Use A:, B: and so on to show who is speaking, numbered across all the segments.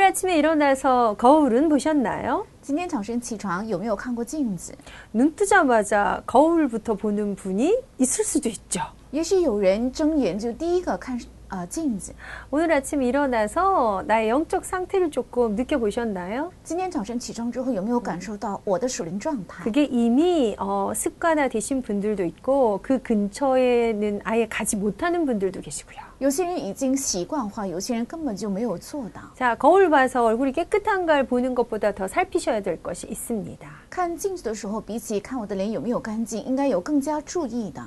A: 아침에 일어나서 거울은 보셨나요?
B: 今天早晨起床有没有看过镜子？
A: 눈 뜨자마자 거울부터 보는 분이 있을 수도 있죠.
B: 也许有人睁眼就第一个看呃镜子。
A: 오늘 아침 일어나서 나의 영적 상태를 조금 느껴보셨나요?
B: 今天早晨起床之后有没有感受到我的属灵状态？
A: 그게 이미 어, 습관화 되신 분들도 있고 그 근처에는 아예 가지 못하는 분들도 계시고요.
B: 有些人已经习惯化，有些人根本就没有做到。
A: 자, 거울 봐서 얼굴이 깨끗한가를 보는 것보다 더 살피셔야 될 것이 있습니다.
B: 看镜子的时候，比起看我的脸有没有干净，应该有更加注意的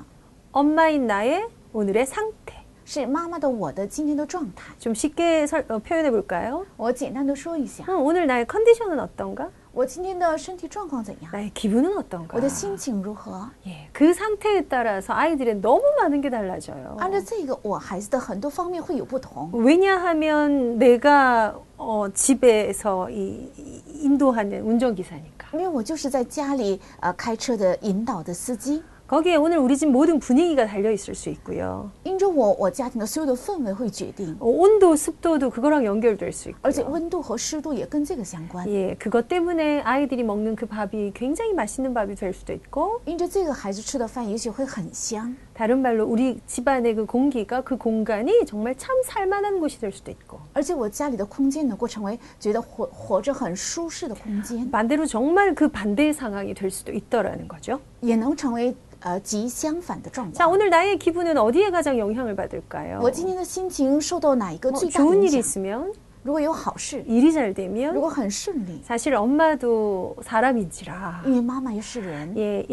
A: 엄마인 나의 오늘의 상태.
B: 是妈妈的我的今天的状态。
A: 좀 쉽게 설- 어, 표현해 볼까요?
B: 我简单的说一下，
A: 음, 오늘 나의 컨디션은 어떤가?
B: 我今天的身体状况怎样？
A: 나의 기분은 어떤가?
B: 我的心情如何？
A: 예, 그 상태에 따라서 아이들의 너무 많은 게 달라져요.
B: 按照这个，我孩子的很多方面会有不同。
A: 왜냐하면 내가 어, 집에서 이, 이- 인도하는 운전기사니까.
B: 因为我就是在家里呃开车的引导的司机，
A: 거기에 오늘 우리 집 모든 분위기가 달려 있을 수 있고요.
B: 因着我，我家庭的所有的氛围会决定，
A: 어, 온도, 습도도 그거랑 연결될 수
B: 而且
A: 있고요.
B: 温度和湿度也跟这个相关。
A: 예, 그것 때문에 아이들이 먹는 그 밥이 굉장히 맛있는 밥이 될 수도 있고
B: 因着这个，孩子吃的饭也许会很香。
A: 다른 말로 우리 집안의 그 공기가 그 공간이 정말 참 살만한 곳이 될 수도 있고
B: 而且我家里的空间能够成为觉得活活着很舒适的空间，
A: 반대로 정말 그 반대의 상황이 될 수도 있더라는 거죠.
B: 也能成为呃极相反的状
A: 자,
B: 况。
A: 오늘 나의 기분은 어디에 가장 영향을 받을까요?
B: 我今天的心情受到哪一个
A: 뭐,
B: 最大的
A: 좋은
B: 影
A: 일이
B: 响？
A: 있으면
B: 如果有好事，
A: 일이 잘
B: 如
A: 되면
B: 果很顺利，
A: 사실 엄마도 사람인지라
B: 因为妈妈也是人，
A: 예,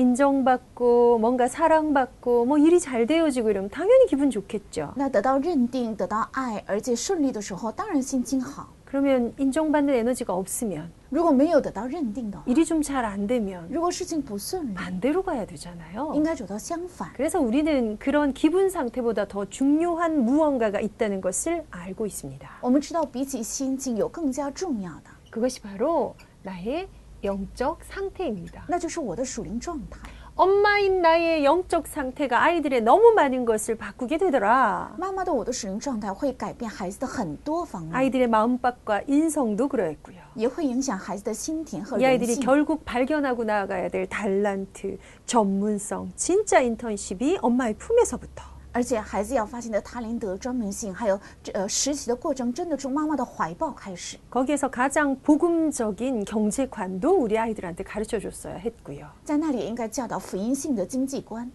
A: 인정받고 뭔가 사랑받고 뭐 일이 잘 되어지고 이러면 당연히 기분 좋겠죠.
B: 那得到认定、得到爱，而且顺利的时候，当然心情好。
A: 그러면 인정받는 에너지가 없으면
B: 如果没有得到认定的话，
A: 일이 좀 잘 안 되면
B: 如果事情不顺利，
A: 반대로 가야
B: 应
A: 되잖아요.
B: 该走到相反。
A: 그래서 우리는 그런 기분 상태보다 더 중요한 무언가가 있다는 것을 알고 있습니다.
B: 我们知道，比起心情有更加重要的，
A: 그것이 바로 나의 영적 상태입니다.
B: 那就是我的属灵状态。
A: 엄마인 나의 영적 상태가 아이들의 너무 많은 것을 바꾸게 되더라.
B: 妈妈的我的属灵状态会改变孩子的很多方面，
A: 아이들의 마음밭과 인성도 그러했고요.
B: 也会影响孩子的心田和
A: 이
B: 人
A: 아이들이
B: 性。
A: 결국 발견하고 나아가야 될 달란트, 전문성, 진짜 인턴십이 엄마의 품에서부터
B: 而且，孩子要发现的他林德专门性，还有这呃实习的过程，真的从妈妈的怀抱开始。
A: 거기에서 가장 복음적인 경제관도 우리 아이들한테 가르쳐 줬어야 했고요.
B: 在那里应该教导福音性的经济观，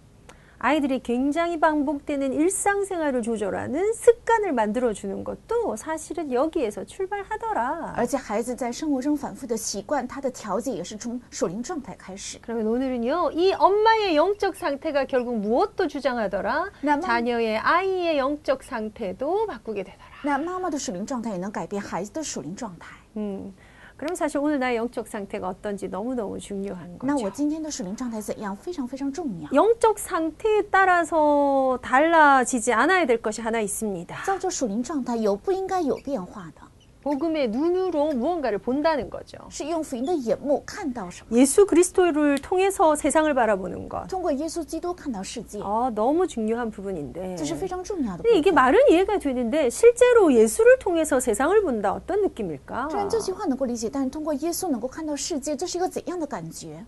A: 아이들이 굉장히 반복되는 일상생활을 조절하는 습관을 만들어 주는 것도 사실은 여기에서 출발하더라.
B: 而且孩子在生活中反复的习惯，他的调节也是从属灵状态开始。
A: 그러면 오늘은요, 이 엄마의 영적 상태가 결국 무엇도 주장하더라?
B: 나만-
A: 자녀의 아이의 영적 상태도 바꾸게 되더라.
B: 那妈妈的属灵状态也能改变孩子的属灵状态。
A: 음, 그럼 사실 오늘 나의 영적 상태가 어떤지 너무너무 중요한
B: 那我
A: 거죠.
B: 今天的属灵状态怎样，非常非常重要。
A: 영적 상태에 따라서 달라지지 않아야 될 것이 하나 있습니다.
B: 照着属灵状态有不应该有变化的，
A: 복음의 눈으로 무언가를 본다는 거죠.
B: 是用福音的眼目看到什么，
A: 예수 그리스도를 통해서 세상을 바라보는 것.
B: 通过耶稣基督看到世界，
A: 아, 너무 중요한 부분인데.
B: 这是非
A: 근데
B: 常重要的部分。
A: 이게 말은 이해가 되는데 실제로 예수를 통해서 세상을 본다 어떤
B: 虽然
A: 느낌일까?
B: 这句话能够理解，但是通过耶稣能够看到世界，这是一个怎样的感觉？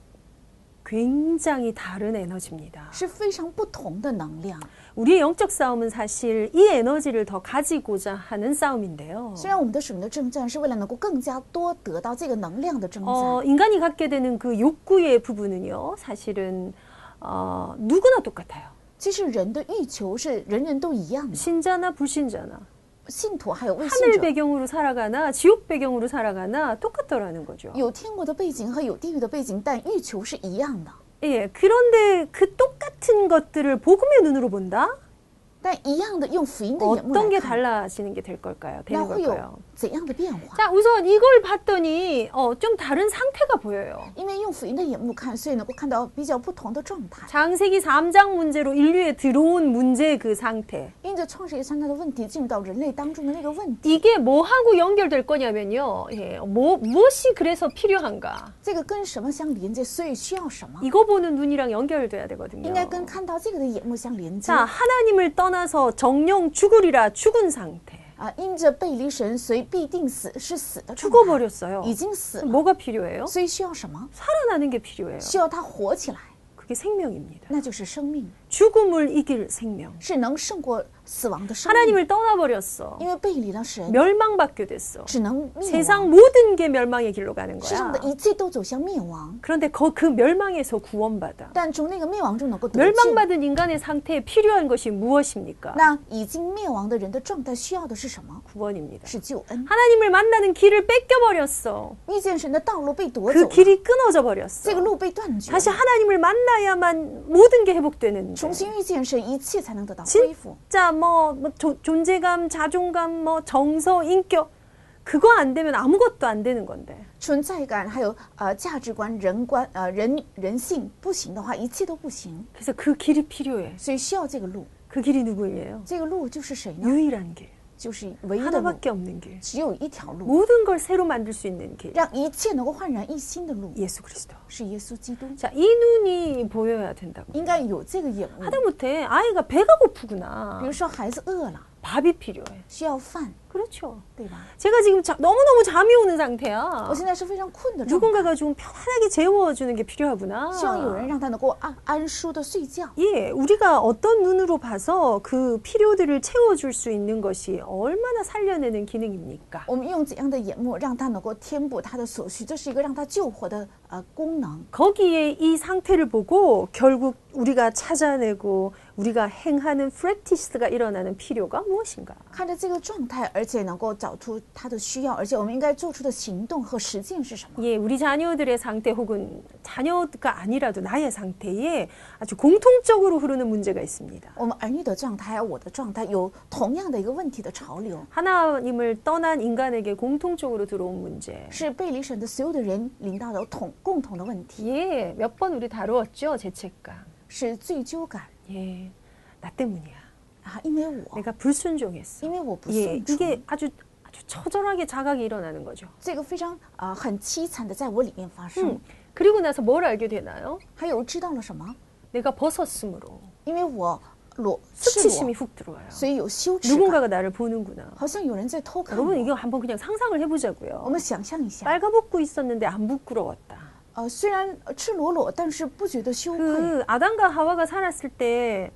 A: 굉장히 다른 에너지입니다.
B: 是非常不同的能量。
A: 우리의 영적 싸움은 사실 이 에너지를 더 가지고자 하는 싸움인데요.
B: 虽然我们的属灵的征战是为了能够更加多得到这个能量的征战，
A: 어, 인간이 갖게 되는 그 욕구의 부분은요, 사실은 어, 누구나 똑같아요.
B: 其实人的欲求是人人都一样的，
A: 신자나 불신자나
B: 信徒还有未信
A: 하늘
B: 者，
A: 배경으로 살아가나 지옥 배경으로 살아가나 똑같더라는 거죠.
B: 有天国的背景和有地狱的背景，但欲求是一样的。
A: 예, 그런데 그 똑같은 것들을 복음의 눈으로 본다?
B: 但一样的用福音的眼目
A: 어떤 게
B: 来看，
A: 달라지는 게 될 걸까요?
B: 那
A: 되는
B: 会有
A: 걸까요?
B: 怎样的变化？
A: 자, 우선 이걸 봤더니 어, 좀 다른 상태가 보여요.
B: 因为用福音的眼目看，所以能够看到比较不同的状态。
A: 장세기 3장 문제로 인류에 들어온 문제의 그 상태.
B: 因着创世纪三大的问题进入到人类当中的那个问题，
A: 이게 뭐하고 연결될 거냐면요. 예, 뭐, 무엇이 그래서 필요한가?
B: 这个跟什么相连接？所以需要什么？
A: 이거 보는 눈이랑 연결돼야 되거든요.
B: 应该
A: 嗯
B: 跟看到这个的眼目相连接。
A: 자, 하나님을 떠나서 정령 죽으리라 죽은 상태.
B: 啊，因着背离神，所以必定死，是死的状态，
A: 죽어버렸어요.
B: 已经死了，
A: 뭐가 필요해요?
B: 所以需要什么？
A: 살아나는 게 필요해요.
B: 需要他活起来，
A: 그게 생명입니다.
B: 那就是生命，
A: 죽음을 이길 생명.
B: 是能胜过死亡的生命。
A: 하나님을 떠나버렸어.
B: 因为背离了神，
A: 멸망받게 됐어.
B: 只能灭亡，
A: 세상 모든 게 멸망의 길로 가는
B: 世
A: 거야.
B: 上的一切都走向灭亡。
A: 그런데 거- 그 멸망에서 구원받아.
B: 但从那个灭亡中能够得救。
A: 멸망받은 인간의 상태에 필요한 것이 무엇입니까?
B: 那已经灭亡的人的状态需要的是什么？
A: 구원입니다.
B: 是救恩。
A: 하나님을 만나는 길을 뺏겨버렸어.
B: 遇见神的道路被夺走
A: 그
B: 了，
A: 길이 끊어져
B: 这个
A: 버렸어.
B: 路被断绝了，
A: 다시 하나님을 만나야만 모든 게 회복되는데.
B: 重新遇见神，一切才能得到恢复。
A: 진짜 뭐, 뭐 조- 존재감, 자존감, 뭐 정서, 인격 그거 안 되면 아무것도 안 되는 건데.
B: 存在感还有呃价值观、人观呃人人性不行的话，一切都不行，
A: 그래서 그 길이 필요해.
B: 所以需要这个路。
A: 그 길이 누구예요?
B: 这个路就是谁呢？
A: 유일한 길.
B: 就是唯一的路，
A: 하나밖에 없는 길.
B: 只有一条路，
A: 모든 걸 새로 만들 수 있는 길.
B: 让一切能够焕然一新的路
A: 예수 그리스도.
B: 是耶稣基督。
A: 자, 이 눈이 보여야 된다고.
B: 应该有这个眼目。
A: 하다못해 아이가 배가
B: 比
A: 고프구나.
B: 如说孩子饿了，
A: 밥이 필요해.
B: 需要饭，
A: 네. 그렇죠.
B: 对吧？
A: 제가 지금 자- 너무너무 잠이 오는 상태야.
B: 我现在是非常困的状态，
A: 누군가가 좀 편안하게 재워주는 게 필요하구나.
B: 希望有
A: 嗯
B: 人让他能够安安舒的睡觉。
A: 예, 우리가 어떤 눈으로 봐서 그 필요들을 채워줄 수 있는 것이 얼마나 살려내는 기능입니까?
B: 我们用怎样的眼目让他能够填补他的所需，这是一个让他救活的呃功能。
A: 거기에 이 상태를 보고 결국 우리가 찾아내고 우리가 행하는 프랙티스가 일어나는 필요가 무엇인가?
B: 看着这个状态，而且能够找出他的需要，而且我们应该做出的行动和实践是什么？
A: 예, 우리 자녀들의 상태 혹은 자녀가 아니라도 나의 상태에 아주 공통적으로 흐르는 문제가 있습니다.
B: 我们儿女的状态，还有我的状态，有同样的一个问题的潮流，
A: 하나님을 떠난 인간에게 공통적으로 들어온 문제.
B: 是贝离神的所有的人领导的同共同的问题，
A: 예, 몇 번 우리 다루었죠, 죄책감.
B: 是罪疚感
A: 예, 나 때문이야.
B: 啊，因为我，
A: 내가 불순종했어.
B: 因为我不
A: 예,
B: 顺从
A: 이게 ， 아주 아주 처절하게 자각이 일어나는 거죠.
B: 这个非常啊、呃很凄惨的在我里面发生。
A: 음, 그리고 나서 뭘 알게 되나요?
B: 还有知道了什么？
A: 내가 버섯으로
B: 因为我裸赤裸
A: 수치심이 ，훅 들어와요.
B: 所以有羞耻感，
A: 누군가가 나를 보는구나.
B: 好像有人在偷看我
A: 여러분 。 이거 한번 그냥 상상을
B: 我
A: 해보자고요.
B: 们想象一下，
A: 빨가벗고 있었는데 안 부끄러웠다.
B: 呃，虽然赤裸裸，但是不觉得羞愧。
A: 그 아담과 하와가 살았을 때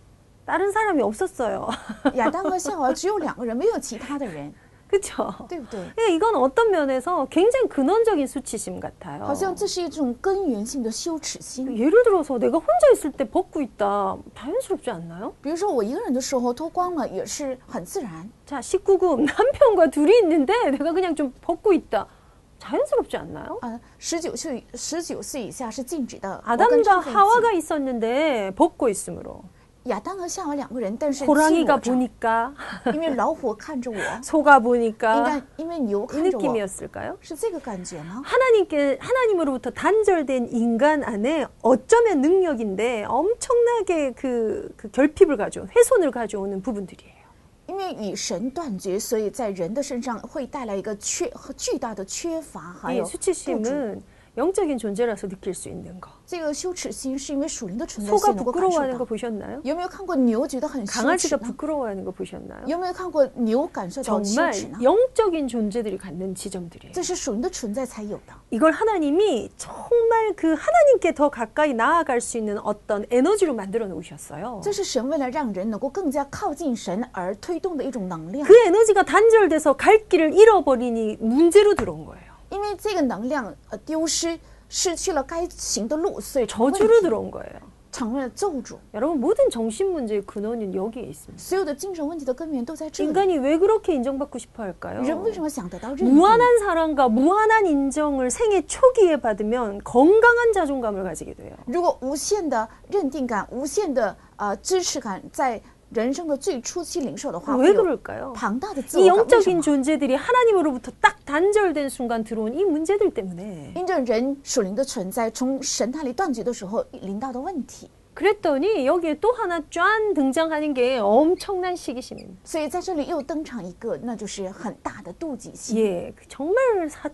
A: 다른 사람이 없었어요.
B: 亚当和夏娃只有两个人，没有其他的 人，
A: 그렇죠?
B: 对不对？
A: 이건 어떤 면에서 굉장히 근원적인 수치심 같아요.
B: 好像这是一种根源性的羞耻心。
A: 예를 들어서 내가 혼자 있을 때 벗고 있다. 자연스럽지 않나요?
B: 比如说我一个人的时候脱光了也是很自然，
A: 자, 19금 남편과 둘이 있는데 내가 그냥 좀 벗고 있다. 자연스럽지 않나요?
B: 呃，十九岁十九岁以啊下是禁止的。我跟
A: 아담과
B: 丈夫一起
A: 하와가 있었는데 벗고 있으므로
B: 亚当和夏娃两个人，但是亲
A: 호랑이가
B: 我着
A: 보니까
B: 因为老虎看 着我，应
A: 소가 보니까
B: 该啊因为牛
A: 이
B: 看着我，
A: 느낌이었을까요?
B: 是这个感觉吗？
A: 하나님께 하나님으로부터 단절된 인간 안에 어쩌면 능력인데 엄청나게 그, 그 결핍을 가져온 훼손을 가져오는 부분들이에요.
B: 因为与神断绝，所以在人的身上会带来一个缺和巨大的缺乏，还
A: 이
B: 有不足
A: 수치심은 영적인 존재라서 느낄 수 있는 거.
B: 这个羞耻心是因为属灵的存在
A: 네, 소가
B: 性能够啊感受
A: 부끄러워하는 거
B: 到。
A: 보셨나요?
B: 有没有看过牛觉得很羞耻
A: 강아지가
B: 呢？
A: 부끄러워하는 거 보셨나요?
B: 有没有看过牛感受到羞
A: 정말
B: 耻呢？
A: 영적인 존재들이 갖는 지점들이에요.
B: 这是属灵的存在才有的。
A: 이걸 하나님이 정말 그 하나님께 더 가까이 나아갈 수 있는 어떤 에너지로 만들어 놓으셨어요.
B: 这是神为了让人能够更加靠近神而推动的一种能量，
A: 그 에너지가 단절돼서 갈 길을 잃어버리니 문제로 들어온 거예요.
B: 因为这个能量呃丢失，失去了该行的路，所以成为
A: 저주로 들어온 거예요.
B: 成为了咒诅。
A: 여러분 모든 정신 문제의 근원은 여기에 있습니다.
B: 所有的精神问题的根源都在这里。
A: 인간이 왜 그렇게 인정받고 싶어 할까요?
B: 人为什么想得到认可？
A: 무한한 사랑과 무한한 인정을 생애 초기에 받으면 건강한 자존감을 가지게 돼요.
B: 如果无限的认定感、无限的呃支持感在人生的最初期领受的话，
A: 왜
B: 会有
A: 그럴까요?
B: 庞大的自
A: 이
B: 我感。为什
A: 영적인
B: 么？
A: 존재들이 하나님으로부터 딱 단절된 순간 들어온 이 문제들 때문에
B: 因着人属灵的存在，从神那里断绝的时候，临到的问题。
A: 그랬더니 여기에 또 하나 짠 등장하는 게 엄청난 시기심입니다.
B: 所以在这里又登场一个，那就是很大的妒忌心。
A: 예, 그 정말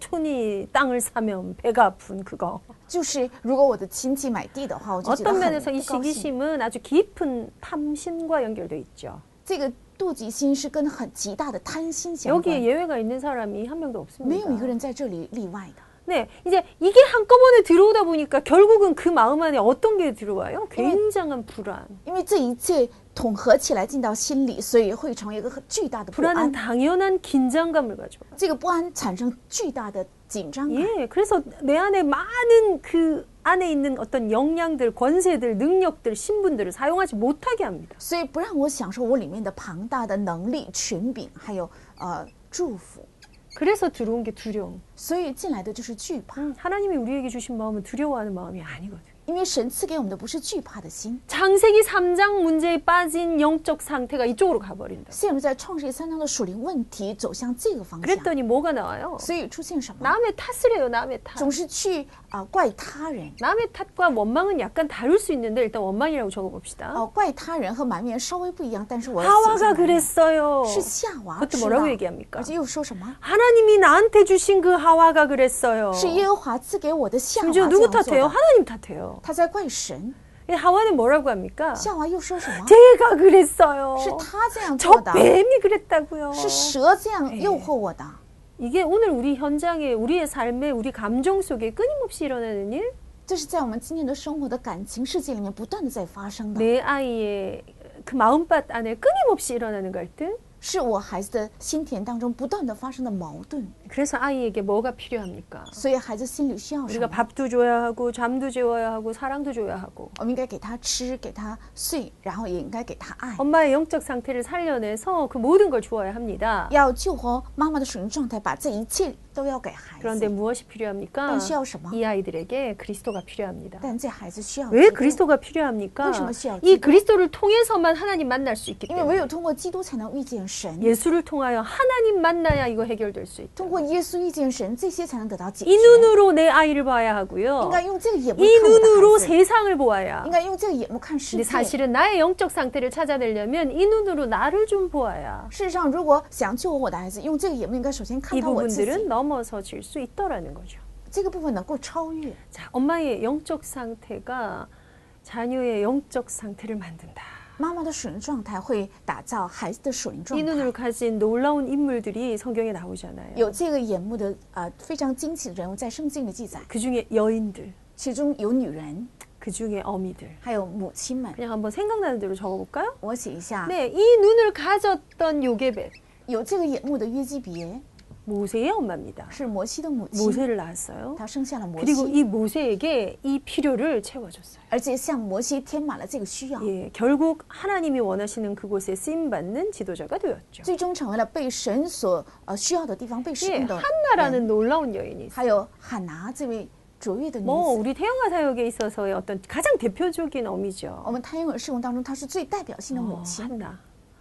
A: 사촌이 땅을 사면 배가 아픈 그거.
B: 就是如果我的亲戚买地的话，我就觉得
A: 어떤
B: 很
A: 면에서
B: 不
A: 이
B: 高兴。
A: 시기심은 아주 깊은 탐심과 연결돼 있죠.
B: 这个妒忌心是跟很极大的贪心相
A: 여기에
B: 关，
A: 예외가 있는 사람이 한 명도
B: 没有
A: 없습니다.
B: 一个人在这里例外的。
A: 네, 이제 이게 한꺼번에 들어오다 보니까 결국은 그 마음 안에 어떤 게 들어와요? 굉장한 불안.
B: 因为这一切统合起来进到心里，所以会成为一个很巨大的不
A: 불안은 아.
B: 安。
A: 당연한 긴장감을 가져와요.
B: 这个不安产生巨大的紧张感，
A: 예, 그래서 내 안에 많은 그 안에 있는 어떤 역량들, 권세들, 능력들, 신분들을 사용하지 못하게 합니다.
B: 所以不让我享受我里面的庞大的能力、权柄，还有呃祝福。
A: 그래서 들어온 게 두려움.
B: 所以进来的就是惧怕，
A: 음, 하나님이 우리에게 주신 마음은 두려워하는 마음이 아니거든요.
B: 因为神赐给我们的不是惧怕的心。
A: 창세기 3장 문제에 빠진 영적 상태가 이쪽으로 가버린다.
B: 陷入在创世纪三章的属灵问题走向这个方向，
A: 그랬더니 뭐가 나와요?
B: 所以出现什么？
A: 남의 탓을 해요, 남의 탓.
B: 总是去啊、怪他人，
A: 남의 탓과 원망은 약간 다를 수 있는데 일단 원망이라고
B: 哦、
A: 적어봅시다.
B: 怪他人和埋怨稍微不一样，但是我要写下
A: 하와가
B: 来
A: 그랬어요.
B: 是夏娃
A: 그것도
B: 知道
A: 뭐라고 얘기합니까?
B: 而且又说什么？
A: 하나님이 나한테 주신 그 하와가 그랬어요.
B: 是耶和华赐给我的夏娃这
A: 심지어
B: 样
A: 누구
B: 做
A: 탓해요?
B: 的。
A: 하나님 탓해요.
B: 他在怪神，
A: 이 하와는 뭐라고 합니까?
B: 夏娃又说什么？
A: 제가 그랬어요.
B: 是他这样做
A: 저
B: 的，
A: 뱀이 그랬다고요.
B: 是蛇这样诱惑我的。
A: 이게 오늘 우리 현장에 우리의 삶에 우리 감정 속에 끊임없이 일어나는 일,
B: 这是在我们今天的生活的感情世界里面不断的在发生的，
A: 내 아이의 그 마음밭 안에 끊임없이 일어나는 갈등.
B: 是我孩子的心田当中不断的发生的矛盾，
A: 그래서 아이에게 뭐가 필요합니까?
B: 所以孩子心里需要什
A: 우리가
B: 么？
A: 밥도 줘야 하고 잠도 재워야 하고 사랑도 줘야 하고
B: 我们应该给他吃，给他睡，然后也应该给他爱，
A: 엄마의 영적 상태를 살려내서 그 모든 걸 주어야 합니다.
B: 要救活妈妈的属灵状态，把这一切都要给孩
A: 그런데
B: 子。
A: 무엇이 필요합니까?
B: 그건 시어셔마.
A: 이 아이들에게 그리스도가 필요합니다.
B: 但这孩子需要
A: 왜
B: 基督
A: 그리스도가 필요합니까?
B: 그것이 뭐시여?
A: 이 그리스도를 통해서만 하나님 만날 수 있기
B: 因为唯
A: 때문에
B: 有通过基督才能遇见神，
A: 예수를 통하여 하나님 만나야 이거 해결될 수 있다.
B: 通过耶稣遇见神，这些才能得到解决。
A: 이
B: 应
A: 눈으로 내 아이를 봐야 하고요.
B: 该用这个眼目
A: 이
B: 看我的
A: 눈으로
B: 孩子，
A: 세상을 보아야.
B: 应该用这个眼目看世
A: 근데
B: 界。
A: 사실은 나의 영적 상태를 찾아내려면 이 눈으로 나를 좀 보아야.
B: 事实上，如果想救活我的孩子，用这个眼目应该首先看
A: 이
B: 到我自
A: 부분들은
B: 己，
A: 넘어서질 수 있더라는 거죠.
B: 这个部分能够超越。
A: 자, 엄마의 영적 상태가 자녀의 영적 상태를 만든다.
B: 妈妈的属灵状态会打造孩子的属灵状
A: 이
B: 态。
A: 눈을 가진 놀라운 인물들이 성경에 나오잖아요.
B: 有这个眼目的呃非常惊奇的人物在圣经里记载，
A: 그 중에 여인들,
B: 其中有女人，
A: 그 중에 어미들.
B: 还有母亲们。
A: 그냥 한번 생각나는 대로 적어볼까요?
B: 我写一下，
A: 네, 이 눈을 가졌던 요게벳
B: 有这个眼目的约基别
A: 모세의 엄마입니다.
B: 是摩西的母亲，
A: 모세를 낳았어요.
B: 她生下了摩
A: 그리고
B: 西，
A: 이 모세에게 이 필요를 채워줬어요.
B: 而且向摩西填满了这个需要，
A: 예, 결국 하나님이 원하시는 그곳에 쓰임 받는 지도자가 되었죠.
B: 最终成为了被神所呃需要的地方被使
A: 예,
B: 用的。
A: 한나라는 놀라운 여인이 있어요.
B: 还有汉拿这位卓越的女
A: 뭐
B: 子，
A: 우리 태영아 사역에 있어서의 어떤 가장 대표적인 어미죠.
B: 我们太阳文侍工当中，她是最代表性的
A: 어,
B: 母亲，
A: 한나.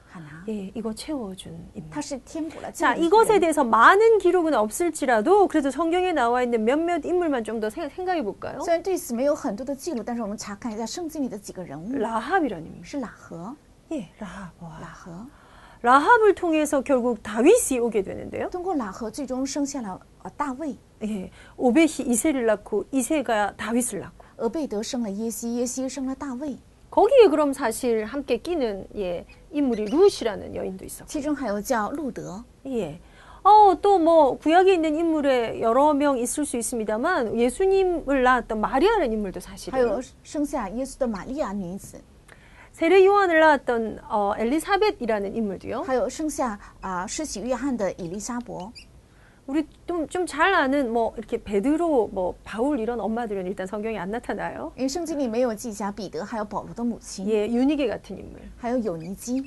B: 汉拿，
A: 예, 이거 채워준 인물.
B: 她是填补了这
A: 자
B: 啊样的一个
A: 이것에
B: 人
A: 대해서 많은 기록은 없을지라도 그래도 성경에 나와 있는 몇몇 인물만 좀 더 생각해 볼까요?
B: 虽然对此没有很多的记录，但是我们查看一下圣经里的几个人物，
A: 라합이라는 인물.
B: 是喇合，
A: 음. 예, 라합.
B: 喇合
A: 라합을 통해서 결국 다윗이 오게 되는데요.
B: 通过喇合最终生下了呃大卫，
A: 예, 오벳이 이세를 낳고 이세가 다윗을 낳고.
B: 俄贝德生了耶西，耶西生了大卫，
A: 거기에 그럼 사실 함께 끼는 예, 인물이 루시라는 여인도 있었고.
B: 其中还有叫路德，
A: 예. 어, 또 뭐 구약에 있는 인물에 여러 명 있을 수 있습니다만 예수님을 낳았던 마리아라는 인물도
B: 还
A: 사실은
B: 有生下耶稣的玛利亚女子，
A: 세례 요한을 낳았던 어, 엘리사벳이라는 인물도요.
B: 还有生下啊施洗约翰的以利沙伯，
A: 우리 좀 좀 잘 아는 뭐 이렇게 베드로 뭐 바울 이런 엄마들은 일단 성경에 안 나타나요.
B: 因为圣经里没有记下彼得还有保罗的母亲，
A: 예, 유니게 같은 인물.
B: 还有有尼基。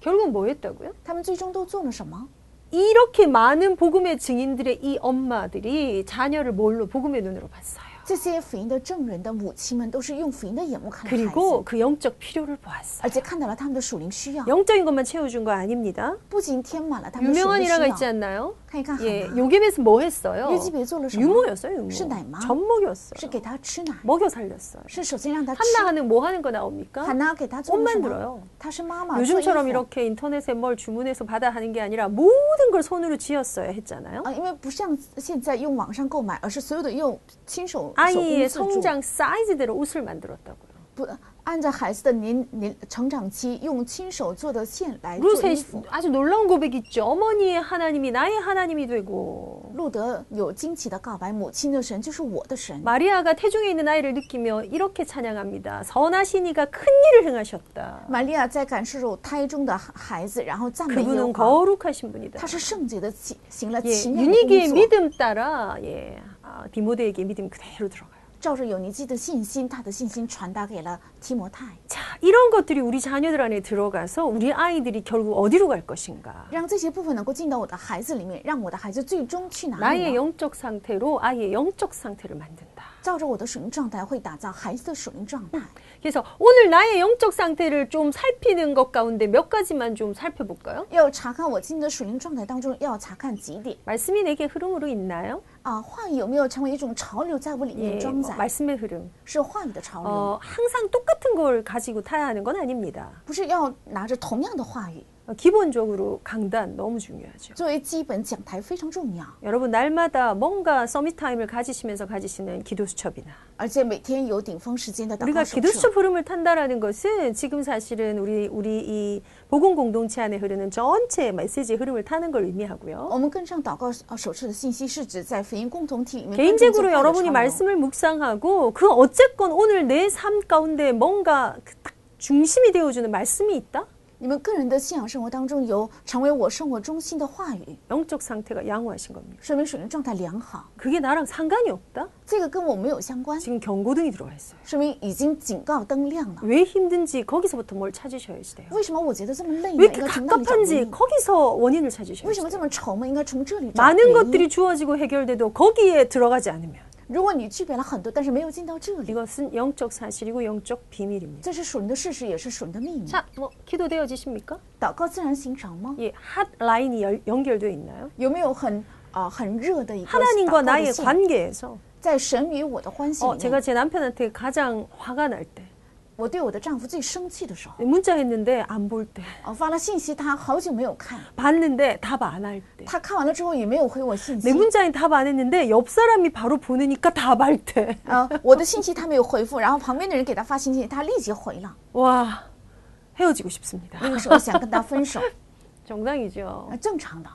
A: 결국 뭐 했다고요?
B: 他们最终都做了什么？
A: 이렇게 많은 복음의 증인들의 이 엄마들이 자녀를 뭘로 복음의 눈으로 봤어요.
B: 这些福音的证人的母亲们都是用福音的眼目看了孩
A: 그리고
B: 子，
A: 그 영적 필요를 보았어요.
B: 而且看到了他们的属灵需要，
A: 영적인 것만 채워준 거 아닙니다.
B: 不仅填满了他们的属
A: 유명한
B: 灵
A: 일화가 있지
B: 需要。
A: 않나요?
B: 看一看
A: 예,
B: 海拿，
A: 요게벳은 뭐 했어요?
B: 约基别做了什么？
A: 유모였어요, 유모.
B: 신다임마.
A: 젖먹였어요.
B: 是给他吃奶，
A: 먹여 살렸어요.
B: 是首先让他吃。
A: 한나 하는 뭐 하는 거 나옵니까?
B: 海拿给他做
A: 옷
B: 了什
A: 만들어요.
B: 么？他是妈妈。做衣服
A: 요즘처럼 이렇게 인터넷에 뭘 주문해서 받아 하는 게 아니라 모든 걸 손으로 지었어야 했잖아요.
B: 啊，因为不像现在用网上购买，而是所有的用亲手手工
A: 아이의
B: 自助
A: 성장 사이즈대로 옷을 만들었다고요.
B: 不按照孩子的年年成长期，用亲手做的线来做
A: 루세
B: 衣服。
A: 아주 놀라운 고백이 있죠. 어머니의 하나님이 나의 하나님이 되고
B: 路德有惊奇的告白：“母亲的神就是我的神。”
A: 마리아가 태중에 있는 아이를 느끼며 이렇게 찬양합니다. 선하시니가 큰 일을 행하셨다.
B: 玛利亚在感受着胎中的孩子，然后赞美耶和
A: 그분은
B: 华。
A: 거룩하신 분이다.
B: 他是圣洁的行行了
A: 예,
B: 奇妙的
A: 유니기의
B: 工作，
A: 믿음 따라 예, 아, 디모데에게 믿음 그대로 들어가요.
B: 照着有尼基的信心，他的信心传达给了提摩太，
A: 자, 이런 것들이 우리 자녀들 안에 들어가서 우리 아이들이 결국 어디로 갈 것인가?
B: 让这些部分能够进到我的孩子里面，让我的孩子最终去哪里
A: 나의
B: 呢？
A: 영적 상태로 아이의 영적 상태를 만든다.
B: 照着我的属灵状态，会打造孩子的属灵状态。
A: 그래서 오늘 나의 영적 상태를 좀 살피는 것 가운데 몇 가지만 좀 살펴볼까요?
B: 要查看我今天的属灵状态当中，要查看几点
A: 말씀이 내게 흐름으로 있나요?
B: 啊，话语有没有成为一种潮流，在我哦里
A: 예,
B: 面装载，
A: 뭐, 말씀의 흐름.
B: 是话语的潮流，
A: 어, 항상 똑같은 걸 가지고 타야 하는 건 아닙니다.
B: 不是要拿着同样的话语
A: 어, 기본적으로 강단 너무 중요하죠.
B: 作为基本讲台非常重要，
A: 여러분 날마다 뭔가 서밋 타임을 가지시면서 가지시는 기도 수첩이나
B: 而且每天有顶峰时间的祷
A: 우리가
B: 告手
A: 기도
B: 册。
A: 수첩 흐름을 탄다라는 것은 지금 사실은 우리 우리 이 복음 공동체 안에 흐르는 전체 메시지의 흐름을 타는 걸 의미하고요.
B: 我们跟上祷告呃手册的信息是指在福音共同体
A: 네,
B: 里面跟进这
A: 개인적으로
B: 块的潮
A: 여러분이
B: 流
A: 말씀을 묵상하고 그 어쨌건 오늘 내 삶 가운데 뭔가 그딱 중심이 되어주는 말씀이 있다.
B: 你们个人的信仰生活当中有成为我生活中心的话语，
A: 영적 상태가 양호하신 겁니다.
B: 说明属灵状态良好。
A: 그게 나랑 상관이 없다.
B: 这个跟我没有相关，
A: 지금 경고등이 들어와 있어요.
B: 说明已经警告灯亮了。
A: 왜 힘든지 거기서부터 뭘 찾으셔야지 돼요.
B: 为什么我觉得这么累呢？
A: 왜
B: 应
A: 이렇게
B: 该从那里找原
A: 갑갑한지
B: 因。
A: 거기서 원인을
B: 为
A: 찾으셔야지
B: 什么
A: 돼요.
B: 这么愁闷？应该从这里找原
A: 많은
B: 因。
A: 것들이 주어지고 해결돼도 거기에 들어가지 않으면
B: 如果你具备了很多，但是没有进到这里，
A: 이것은 영적 사실이고 영적 비밀입니다.
B: 这是属灵的事实，也是属灵的秘密。
A: 자, 뭐 기도되어지십니까?
B: 祷告自然形成吗？
A: 예, 핫 라인이 열- 연결되어 있나요?
B: 有没有很啊、呃很热的一个祷
A: 하나님과
B: 告
A: 나의
B: 的线？
A: 관계에서
B: 在神与我的欢喜
A: 어,
B: 里面
A: 제가 제 남편한테 가장 화가 날 때,
B: 我对我的丈夫最生气的时候，
A: 문자했는데 안 볼 때,
B: 我发了信息，他好久没有看，
A: 嗯 봤는데 답 안 할 때,
B: 他看完了之后也没有回我信息
A: 내 。 문자에 답 안 했는데 옆 사람이 바로 보내니까 답할 때,
B: 呃，我的信息他没有回复，然后旁边的人给他发信息，他立即回了。
A: 와 헤어지고 싶습니다.
B: 那个时候想跟他分手，
A: 정상이죠.
B: 那正常的，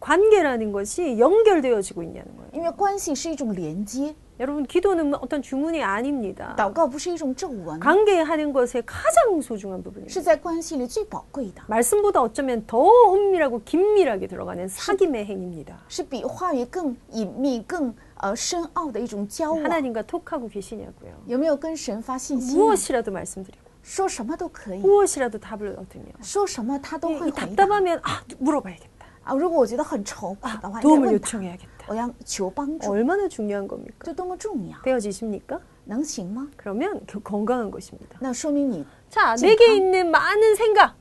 A: 관계라는 것이 연결되어지고 있냐는 거예요.
B: 因为关系是一种连接，
A: 여러분 기도는 어떤 주문이 아닙니다.
B: 祷告不是一种咒文，
A: 관계하는 것의 가장 소중한
B: 是
A: 부분입니다.
B: 在关系里最宝贵的，
A: 말씀보다 어쩌면 더 은밀하고 긴밀하게 들어가는 사귐의 행위입니다.
B: 是比话语更隐秘、更呃深奥的一种交往。
A: 하나님과 톡하고 계시냐고요.
B: 有没有跟神发信
A: 음.
B: 息呢？
A: 무엇이라도 말씀드리고
B: 说什么都可以，
A: 무엇이라도 답을 얻으며
B: 说什么他都
A: 이-
B: 会
A: 이
B: 回答
A: 답답하면 아 물어봐야겠다.
B: 啊。如果我觉得很愁苦的话，
A: 아,
B: 应该
A: 도움을
B: 问他，
A: 요청해야겠다. 어,
B: 我要求帮助，
A: 얼마나 중요한 겁니까?
B: 这多么重要，
A: 되어지십니까?
B: 能行吗？
A: 그러면 겨- 건강한 것입니다.
B: 那说明你
A: 자,
B: 지금
A: 내게
B: 강-
A: 있는 많은 생각.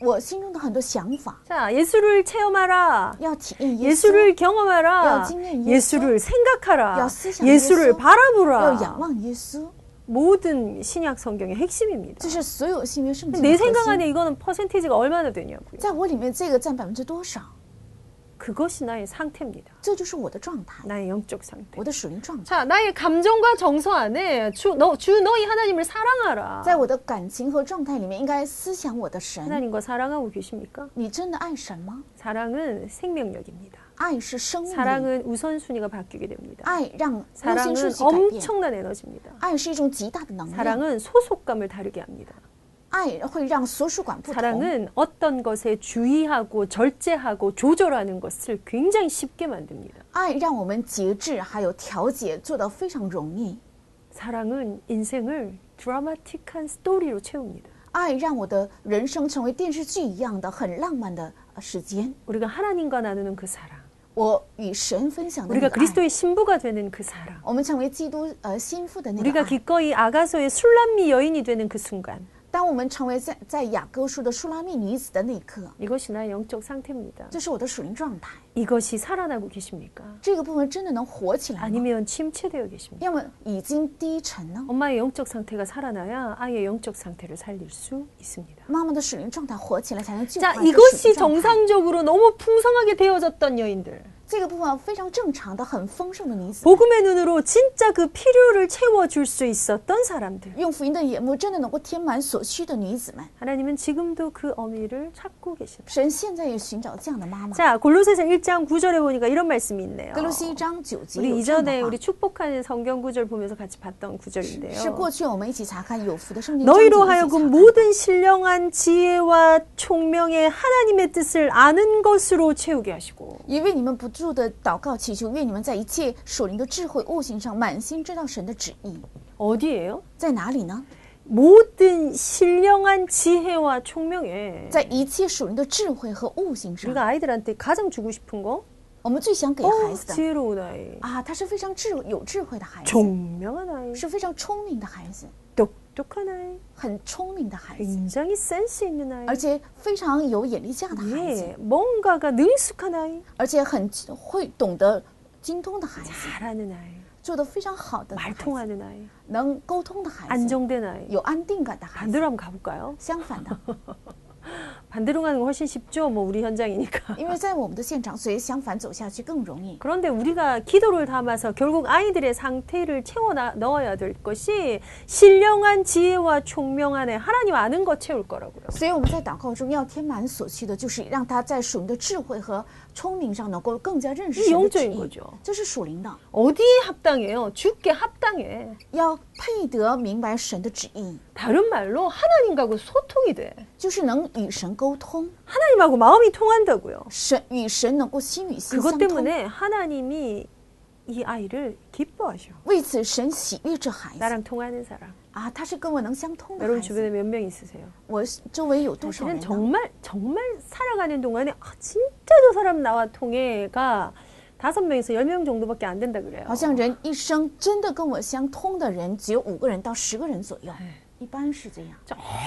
B: 我心中的很多想法
A: 자, 예수를 체험하라.
B: 要体验耶稣，
A: 예수를 경험하라.
B: 여진은 예수.
A: 예수를 생각하라.
B: 야, 쓰지
A: 예수를
B: 예수.
A: 바라보라.
B: 要仰望耶稣，
A: 모든 신약 성경의 핵심입니다.
B: 这是所有新约圣经的
A: 내
B: 核心
A: 생각 안에 이거는 퍼센티지가 얼마나 되냐고요.
B: 在我里面这个占百分之多少？
A: 그것이 나의 상태입니다.
B: 这就是我的状态，
A: 나의 영적 상태.
B: 我的属灵状态。
A: 자, 나의 감정과 정서 안에 주, 너, 주 너희 하나님을 사랑하라.
B: 在我的感情和状态里面，应该思想我的神。
A: 하나님과 사랑하고 계십니까?
B: 你真的爱神吗？
A: 사랑은 생명력입니다.
B: 爱是生
A: 네.
B: 命力，
A: 사랑은 우선순위가 바뀌게 됩니다.
B: 爱让优先
A: 사랑은
B: 顺序改变。
A: 엄청난 에너지입니다.
B: 爱是一种极大的
A: 음.
B: 能量，
A: 사랑은 소속감을 다르게 합니다.
B: 爱会让所属感不
A: 그렇죠.
B: 同。
A: 사랑은 어떤 것에 주의하고 절제하고 조절하는 것을 굉장히 쉽게 만듭니다.
B: 爱让我们节制，还有调节做得非常容易。
A: 사랑은 인생을 드라마틱한 스토리로 채웁니다.
B: 爱让我的人生成为电视剧一样的很浪漫的呃时间。
A: 우리가 하나님과 나누는 그 사랑,
B: 我与神分享的那
A: 우리가
B: 个爱，
A: 그리스도의 신부가 되는 그 사랑,
B: 我们成为基督呃心腹的那个
A: 우리가
B: 爱。
A: 기꺼이 아가서의 술람미 여인이 되는 그 순간,
B: 当我们成为在在雅各书的舒拉密女子的那一刻，
A: 이것이 나의 영적 상태입니다.
B: 这是我的属灵状态。
A: 이것이 살아나고 계십니까?
B: 这个部分真的能火起来吗？
A: 아니면 침체되어 계십니까?
B: 要么已经低沉呢？
A: 엄마의 영적 상태가 살아나야 아이의 영적 상태를 살릴 수 있습니다.
B: 妈妈的属灵状态火起来，才能救
A: 자,
B: 化这个属
A: 이것이
B: 灵状态。
A: 정상적으로 너무 풍성하게 되어졌던 여인들.
B: 这个部分非常正常的、很丰盛的女子，
A: 복음의 눈으로 진짜 그 필요를 채워줄 수 있었던 사람들.
B: 用福音的眼目真的能够填满所需的女子们。
A: 하나님은 지금도 그 어미를 찾고 계시다.
B: 神现在也寻找这样的妈妈。
A: 자, 골로새서 1장 9절에 보니까 이런 말씀이 있네요.
B: 格罗西一章九节
A: 우리
B: 有这样
A: 이전에
B: 的
A: 우리
B: 话，
A: 축복하는 성경 구절 보면서 같이 봤던
B: 是
A: 구절인데요.
B: 过去我们一起查看有福的圣经章节一起
A: 너희로
B: 查看
A: 하여금 모든 신령한 지혜와 총명의 하나님의 뜻을 아는 것으로 채우게 하시고
B: 也为你们不住的祷告祈求，愿你们在一切属灵的智慧悟性上满心知道神的旨意，
A: 어디에요?
B: 在哪里呢？
A: 모든 신령한 지혜와 총명에
B: 在一切属灵的智慧和悟性上，
A: 우리가 아이들한테 가장 주고 싶은 거
B: 我们最想给
A: 어,
B: 孩子的
A: 지혜로운 아이
B: 啊，他是非常智有智慧的孩子，
A: 총명한 아이
B: 是非常聪明的孩子，
A: 똑똑한 아이
B: 很聪明的孩子，
A: 굉장히 센스 있는 아이
B: 而且非常有眼力架的孩子，
A: 예, 뭔가가 능숙한 아이
B: 而且很会懂得精通的孩子，
A: 잘하는 아이
B: 做得非常好的孩
A: 말
B: 子，
A: 통하는 아이
B: 能沟通的孩子，
A: 안정된 아이
B: 有安定感的孩子。
A: 반대로 한번 가볼까요?
B: 相反 的，
A: 반대로 가는 건 훨씬 쉽죠 뭐 우리 현장이니까
B: 因为在我们的现场，所以相反走下去更容易。
A: 그런데 우리가 기도를 담아서 결국 아이들의 상태를 채워 나- 넣어야 될 것이 신령한 지혜와 총명 안에 하나님 아는 것 채울 거라고요.
B: 所以我们在祷告中要填满所需的，就是让他在属灵的智慧和聪明上能够更加认识
A: 이
B: 神的
A: 영적인
B: 旨意，
A: 거죠.
B: 这是属灵的，
A: 어디에 합당해요? 주께 합당해.
B: 要配得明白神的旨意，
A: 다른 말로 하나님과고 소통이 돼.
B: 就是能与神沟通，
A: 하나님하고 마음이 통한다고요.
B: 神与神能够心与心相
A: 그것
B: 通。
A: 때문에 하나님이 이 아이를 기뻐하셔.
B: 为此，神喜悦这孩子
A: 나랑 통하는 사람.
B: 啊，他是跟我能相通的
A: 여러분
B: 孩子。
A: 주변에 몇 명 있으세요?
B: 我周围有多少人
A: 사실은
B: 呢？
A: 정말 정말 살아가는 동안에 아, 진짜 저 사람 나와 통해가 다섯 명에서 열 명 정도밖에 안 된다 그래요.
B: 好像人一生真的跟我相通的人只有五个人到十个人左右，一般是这样。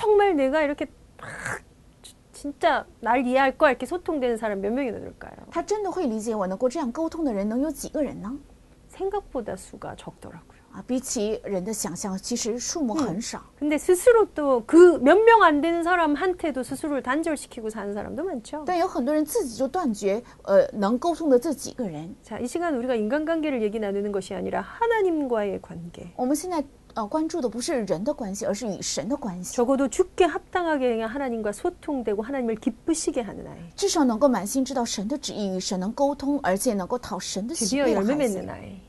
A: 정말 내가 이렇게 막 지- 진짜 날 이해할 거야 이렇게 소통되는 사람 몇 명이나 될까요?
B: 他真的会理解我，能够这样沟通的人能有几个人呢？
A: 생각보다 수가 적더라고요.
B: 啊，比起人的想象，其实数目很少。
A: 근데 스스로 또 그 몇 명 안 되는 사람한테도 스스로를 단절시키고 사는 사람도 많죠.
B: 但有很多人自己就断绝，呃，能沟通的这几个人。
A: 자, 이 시간 우리가 인간관계를 얘기 나누는 것이 아니라 하나님과의 관계.
B: 我们现在呃关注的不是人的关系，而是与神的关系。
A: 적어도 죽게 합당하게 그냥 하나님과 소통되고 하나님을 기쁘시게 하는 아이.
B: 至少能够满心知道神的旨意，与神能沟通，而且能够讨神的喜
A: 드디어
B: 悦的
A: 열매
B: 孩
A: 맺는
B: 子，
A: 아이.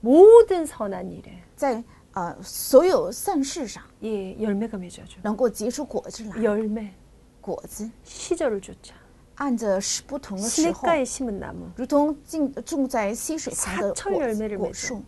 A: 모든 선한 일에
B: 在呃所有善事上
A: 예, 열매가 맺어져.
B: 能够结出果子来。
A: 열매,
B: 果子
A: 시절을 쫓아.
B: 按着时不同的时候，
A: 시냇가에 심은 나무.
B: 如同种种在溪水旁的
A: 사철
B: 果
A: 열매를
B: 子果
A: 맺어
B: 树，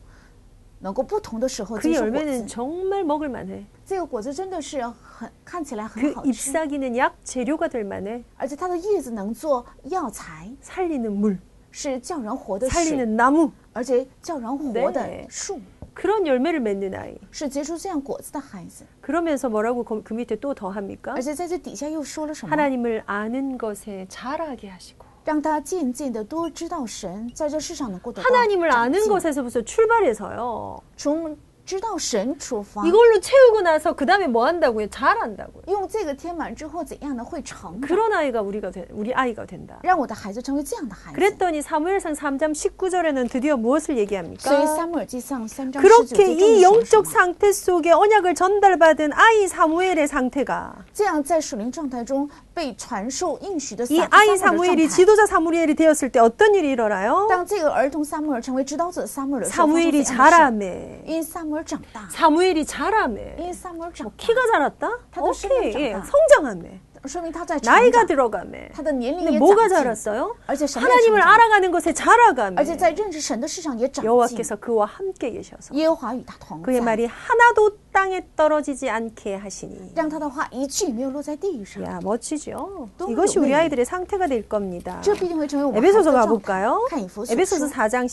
B: 能够不同的时候
A: 그
B: 结出果
A: 열매는
B: 子。
A: 정말 먹을 만해.
B: 这个果子真的是很看起来很
A: 그
B: 好吃，
A: 잎사귀는 약 재료가 될 만해.
B: 而且它的叶子能做药材，
A: 살리는 물,
B: 是叫人活的水，
A: 살리는 나무.
B: 而且叫人活
A: 네
B: 的树，
A: 그런 열매를 맺는 아이.
B: 是结出这样果子的孩子。
A: 그러면서 뭐라고 그, 그 밑에 또 더 합니까?
B: 而且在这底下又说了什么？
A: 하나님을 아는 것에 자라게 하시고
B: 让他渐渐的多知道神，在这世上能够得到
A: 하나님을
B: 长
A: 아는
B: 进
A: 것에서부터 출발해서요.
B: 从知道神出发，
A: 이걸로 채우고 나서 그 다음에 뭐 한다고요? 잘한다고요.
B: 用这个填满之后怎样的会成长，
A: 그런 아이가 우리가 되, 우리 아이가 된다.
B: 让我的孩子成为这样的孩子。
A: 그랬더니 사무엘상 3장 19절에는 드디어 무엇을
B: 所以
A: 얘기합니까?
B: 撒母耳记上三章十九节
A: 그렇게 이
B: 中说什
A: 영적
B: 么
A: 상태 속에 언약을 전달받은 아이 사무엘의 상태가
B: 这样在属灵状态中被传授应许的撒
A: 이
B: 撒
A: 아이
B: 母耳
A: 사무엘이
B: 的状态。
A: 지도자 사무엘이 되었을 때 어떤 일이 일어나요?
B: 当这个儿童撒母耳成为指导者撒母耳的时候，发生
A: 사무엘이
B: 怎样的事
A: 자라매.
B: 因撒母耳长大，
A: 사무엘이 자라매.
B: 因撒母耳长
A: 키가 예. 자랐다?
B: 다들
A: 오케이. 예,
B: 성장한다.
A: 성장하매.
B: 大，说明他在成
A: 나이가
B: 长，
A: 들어가매.
B: 他的年龄
A: 근데
B: 也
A: 뭐가
B: 长进，
A: 자랐어요?
B: 어째 성장이
A: 하나님을
B: 성장.
A: 알아가는 것에 자라가매.
B: 而且在认识神的事上也长进。
A: 여호와께서 그와 함께 계셔서
B: 耶和华与他同
A: 그의
B: 在，
A: 말이 하나도 땅에 떨어지지 않게 하시니
B: 让他的话一句没有落在地上。
A: 야 멋지죠
B: 너무
A: 이것이 우리
B: 네.
A: 아이들의 상태가 될 겁니다
B: 这必定会成为我们孩子
A: 에베소서
B: 的状态
A: 뭐 가볼까요?
B: 看以弗所书
A: 에베소서 4장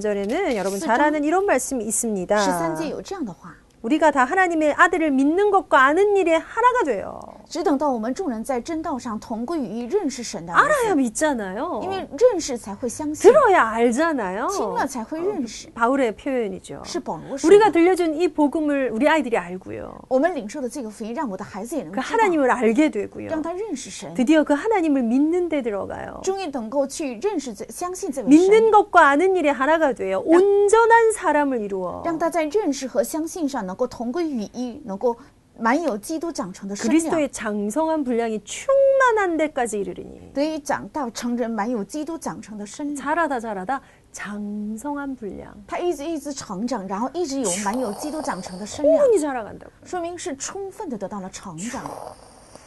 A: 13절에는 여러분
B: 쓰죠.
A: 잘 아는 이런 말씀이
B: 十三
A: 있습니다
B: 节有这样的话：
A: 우리가 다 하나님의 아들을 믿는 것과 아는 일에 하나가 돼요
B: 只等到我们众人在真道上同归于一，认识神的儿子，
A: 알아야 믿잖아요.
B: 因为认识才会相信，
A: 들어야 알잖아요.
B: 听了才会认
A: 哦
B: 识，
A: 바울의 표현이죠.
B: 是保罗说
A: 우리가
B: 的。
A: 들려준 이 복음을 우리 아이들이 알고요.
B: 我们领受的这个福音，让我的孩子也能
A: 그
B: 知道，
A: 하나님을 알게 되고요.
B: 让他认识神，
A: 드디어 그 하나님을 믿는 데 들어가요.
B: 终于能够去认识这、相信这位神，
A: 믿는 것과 아는 일이 하나가 돼요. 온전한 사람을 이루어.
B: 让他在认识和相信上能够同归于一，能够满有基督长成的身量，
A: 그리스도의 장성한 분량이 충만한 데까지 이르리니
B: 得以长大成人，满有基督长成的身量。
A: 자라다 자라다 장성한 분량
B: 他一直一直成长，然后一直有满有基督长成的身量，
A: 충분히 자라간다고
B: 说明是充分的得到了成长，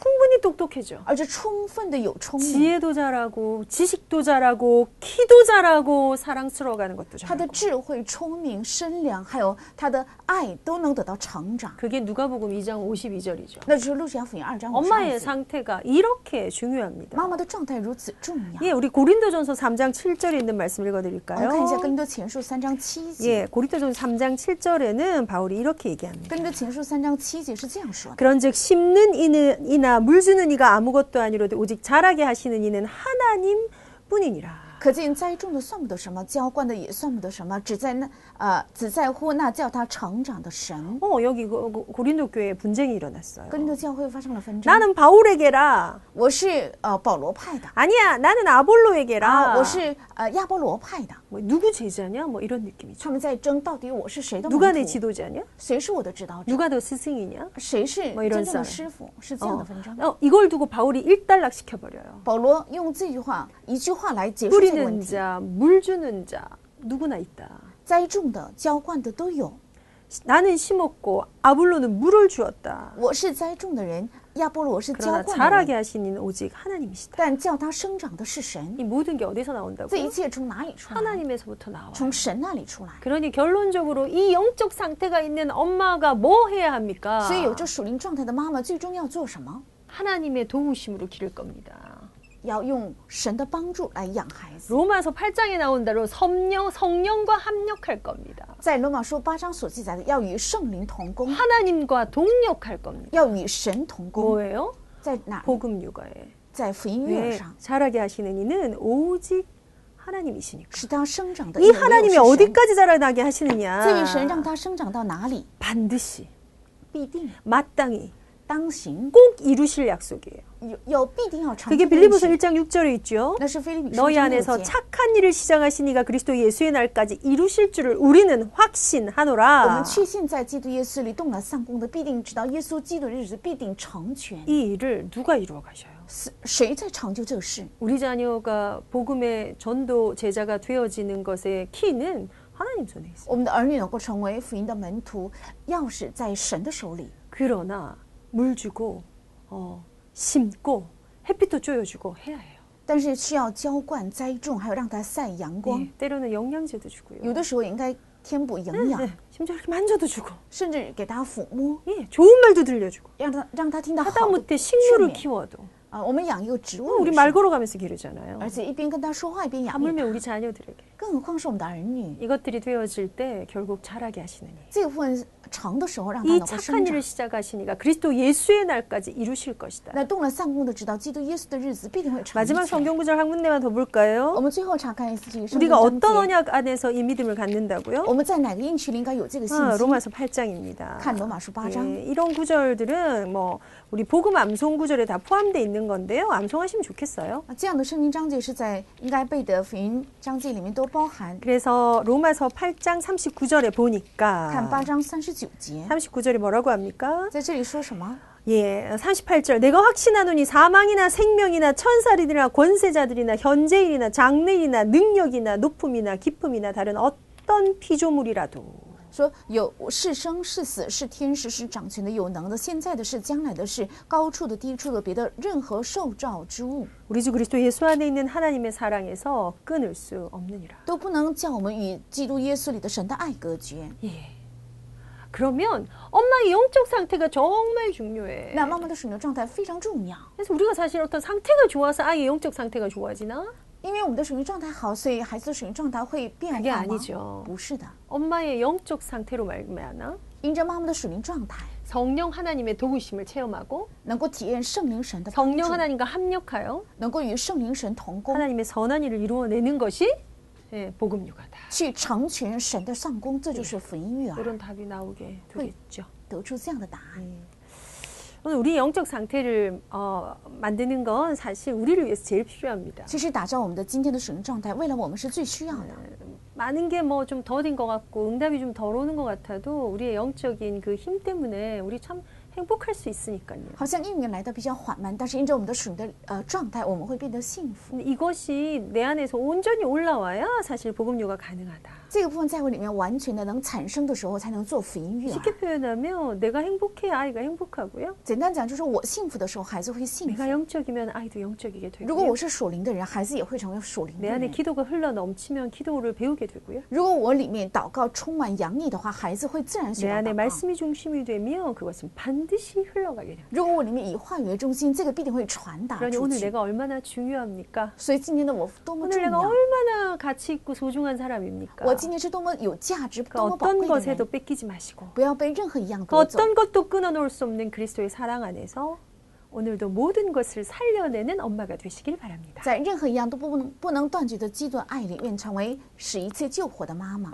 A: 충분히 똑똑해져
B: 而且充分的有聪明，
A: 지혜도 자라고 지식도 자라고 키도 자라고 사랑스러워가는 것도
B: 他的
A: 자라고
B: 智慧、聪明、身量，还有他的爱都能得到成长。
A: 그게 누가복음 2장 52절이죠
B: 那就是《路加福音》二章五十
A: 엄마의
B: 二节
A: 상태가 이렇게 중요합니다
B: 妈妈的状态如此重要。
A: 예, 우리 고린도전서 3장 7절에 있는 말씀
B: 我们看一下《
A: 읽어드릴까요?
B: 更多前书》三章七节，
A: 예, 고린도전서 3장 7절에는 바울이 이렇게 얘기합니다
B: 《更多前书》三章七节是这样说的：
A: 그런즉 심는 이는 이나 물 주는 이가 아무것도 아니로되 오직 자라게 하시는 이는 하나님 뿐이니라.
B: 可见栽种的算不得什么，浇灌的也算不得什么，只在那呃只在乎那叫他成长的神。
A: 어, 여기 고- 고- 고린도 교회에 분쟁이 일어났어요.
B: 跟着教会发生了纷争。
A: 나는 바울에게라.
B: 我是呃保罗派的
A: 아니야, 나는 아볼로에게라.
B: 啊，我是呃亚波罗派的。
A: 뭐 누구 제자냐? 뭐 이런 느낌이죠.
B: 他们在争到底我是谁的门
A: 누가 내
B: 徒，
A: 지도자냐?
B: 谁是我的指导者，
A: 누가 더 스승이냐?
B: 谁是
A: 뭐
B: 真
A: 이런
B: 正的
A: 싸움
B: 师傅，是这
A: 어,
B: 样的纷争。
A: 어, 이걸 두고 바울이 일단락 시켜버려요.
B: 保罗用这句话一句话来结束这个问
A: 뿌리는
B: 题：
A: 자, 물 주는 자 누구나 있다.
B: 栽种的、浇灌的都有。
A: 나는 심었고 아볼로는 물을 주었다.
B: 我是栽种的人，亚波罗是浇
A: 그러나
B: 灌的人
A: 자라게 하신 이는 오직 하나님이시다.
B: 但叫他生长的是神。
A: 이 모든 게 어디서 나온다고?
B: 这一切从哪里出来？
A: 하나님에서부터 나와.
B: 从神那里出来。
A: 그러니 결론적으로 이 영적 상태가 있는 엄마가 뭐 해야 합니까?
B: 所以有这属灵状态的妈妈，最终要做什么？
A: 하나님의 도우심으로 기를 겁니다.
B: 要用神的帮助来养孩子。
A: 로마서 8장에 나온 대로 성령 성령과 합력할 겁니다.
B: 在罗马书八章所记载的，要与圣灵同工，
A: 하나님과 동력할 겁니다.
B: 要与神同工，
A: 뭐예요?
B: 在哪？
A: 복음 육아에.
B: 在福音育儿
A: 네,
B: 上，
A: 자라게 하시는 이는 오직 하나님이시니까.
B: 使他生长的
A: 이
B: 因为没
A: 아, 하나님이
B: 有是神
A: 어디까지 자라나게
B: 这位神
A: 하시느냐?
B: 让他生长到哪里，
A: 반드시
B: 必定
A: 마땅히
B: 当行，
A: 꼭 이루실 약속이에요.
B: 有有必定要成就
A: 그게
B: 的应
A: 빌리보서
B: 许
A: 1장 6절에 있죠.
B: 那是菲利比书
A: 너희
B: 章六
A: 안에서
B: 节。
A: 착한 일을 시작하시니가 그리스도 예수의 날까지 이루실 줄을 우리는
B: 我们
A: 확신하노라.
B: 确信，在基督耶稣里动了散功的，必定直到耶稣基督的日子必定成全。
A: 이 일을 누가 이루어 가셔요?
B: 是谁在成就这个事？
A: 우리 자녀가 복음의 전도 제자가 되어지는 것의 키는 하나님 손에 있어요.
B: 我们的儿女能够成为福音的门徒，钥匙在神的手里。
A: 그러나 물 주고 어, 심고 햇빛도 쪼여주고 해야 해요.
B: 但是需要浇灌、栽种，还有让它晒阳光。
A: 예, 때로는 영양제도 주고요.
B: 有的时候也应该添补营养，
A: 예, 심지어 이렇게 만져도 주고,
B: 甚至给它抚摸，
A: 예, 좋은 말도 들려주고,
B: 让它让它听到好的
A: 하다못해 식물을
B: 劝勉
A: 키워도
B: 啊。我们养一个植物
A: 우리
B: 也是，
A: 말 걸어가면서 기르잖아요. 음,
B: 而且一边跟它说话一边养育，
A: 하물며 우리 자녀들에게.
B: 更何况是我们的儿女。
A: 이것들이 되어질 때 결국 자라게 하시느니
B: 这部分长的时候让它
A: 이
B: 能够
A: 착한
B: 生长
A: 일을 。 시작하시니가 그리스도 예수의 날까지 이루실 것이다.
B: 那动了散功的，直到基督耶稣的日子必定会成
A: 마지막
B: 全。
A: 성경구절 한 군데만 더
B: 我
A: 볼까요?
B: 们最后查看一次这个圣经
A: 우리가
B: 章
A: 어떤
B: 节，
A: 언약 안에서 이 믿음을 갖는다고요?
B: 我们在哪个应许里应该有这个信
A: 아,
B: 息？
A: 로마서 8장입니다.
B: 看罗马书八章。
A: 예, 이런 구절들은 뭐 우리 복음 암송 구절에 다 포함되어 있는 건데요. 암송하시면 좋겠어요.
B: 啊，这样的圣经章节是在应该被的福音章节里面多包含。
A: 그래서 로마서 8장 39절에
B: 看
A: 보니까
B: 八章三十九节，
A: 39절이 뭐라고 합니까?
B: 在这里说什么？
A: 예, 38절. 내가 확신하노니 사망이나 생명이나 천사들이나 권세자들이나 현재일이나 장래일이나 능력이나 높음이나 깊음이나 다른 어떤 피조물이라도
B: 说有是生是死是天使是掌权的有能的现在的事将来的事高处的低处的别的任何受造之物
A: 우리 주 그리스도 예수 안에 있는 하나님의 사랑에서 끊을 수 없느니라.
B: 都不能叫我们与基督耶稣里的神的爱隔绝。
A: 예. 그러면 엄마의 영적 상태가 정말 중요해.
B: 那妈妈的属灵状态非常重要，
A: 그래서 우리가 사실 어떤 상태가 좋아서 아이의 영적 상태가 좋아지나?
B: 因为我们的属灵状态好，所以孩子的属灵状态会变
A: 그게
B: 化吗？
A: 아니죠.
B: 不是的，
A: 엄마의 영적 상태로 말미암아
B: 因着妈妈的属灵状态，
A: 성령 하나님의 도구심을 체험하고
B: 能够体验圣灵神的帮
A: 성령
B: 助，
A: 하나님과 합력하여
B: 能够与圣灵神同工，
A: 하나님의 선한 일을 이루어내는 것이 예, 복음 육아다.
B: 去成全神的上工，这就是福音育儿。
A: 이런 답이 나오게 되겠죠.
B: 得出这样的答案。
A: 오늘 우리 영적 상태를 어, 만드는 건 사실 우리를 위해서 제일 필요합니다.
B: 其实打造我们的今天的属灵状态，为了我们是最需要的。
A: 많은 게 뭐 좀 더딘 것 같고 응답이 좀 덜 오는 것 같아도 우리의 영적인 그 힘 때문에 우리 참 행복할 수 있으니까요.
B: 好像应援来的比较缓慢，但是因着我们的属灵的呃状态，我们会变得幸福。
A: 근데 이것이 내 안에서 온전히 올라와야 사실 복음료가 가능하다.
B: 这个部分在我里面完全的能产生的时候，才能做福音育儿。
A: 쉽게 표현하면 내가 행복해 아이가 행복하고요.
B: 简单讲，就是我幸福的时候，孩子会幸福
A: 내가 ； 영적이면 아이도 영적이게
B: 如果
A: 되고요.
B: 我是属灵的人，孩子也会成为属灵的
A: 내 안에
B: 人。
A: 기도가 흘러 넘치면 기도를 배우게 되고요.
B: 如果我里面祷告充满洋溢的话，孩子会自然学
A: 내
B: 到
A: 안에
B: 祷告。
A: 말씀이 중심이 되면 그것은 반드시 흘러가게 됩니다.
B: 如果我里面以话语为中心，这个必定会传达
A: 그러니
B: 出
A: 오늘
B: 去。
A: 내가 얼마나 중요합니까?
B: 所以今天的我多么
A: 오늘
B: 重
A: 내가
B: 要，
A: 얼마나 가치 있고 소중한 사람입니까?
B: 我今天是多么有价值，
A: 그
B: 多么宝
A: 어떤
B: 贵的人
A: 것에도 。 뺏기지 마시고
B: 不要被任何一样
A: 그
B: 夺走。
A: 어떤 것도 끊어놓을 수 없는 그리스도의 사랑 안에서 오늘도 모든 것을 살려내는 엄마가 되시길 바랍니다.
B: 在任何一样都不能不能断绝的基督的爱里，愿成为使一切救活的妈妈。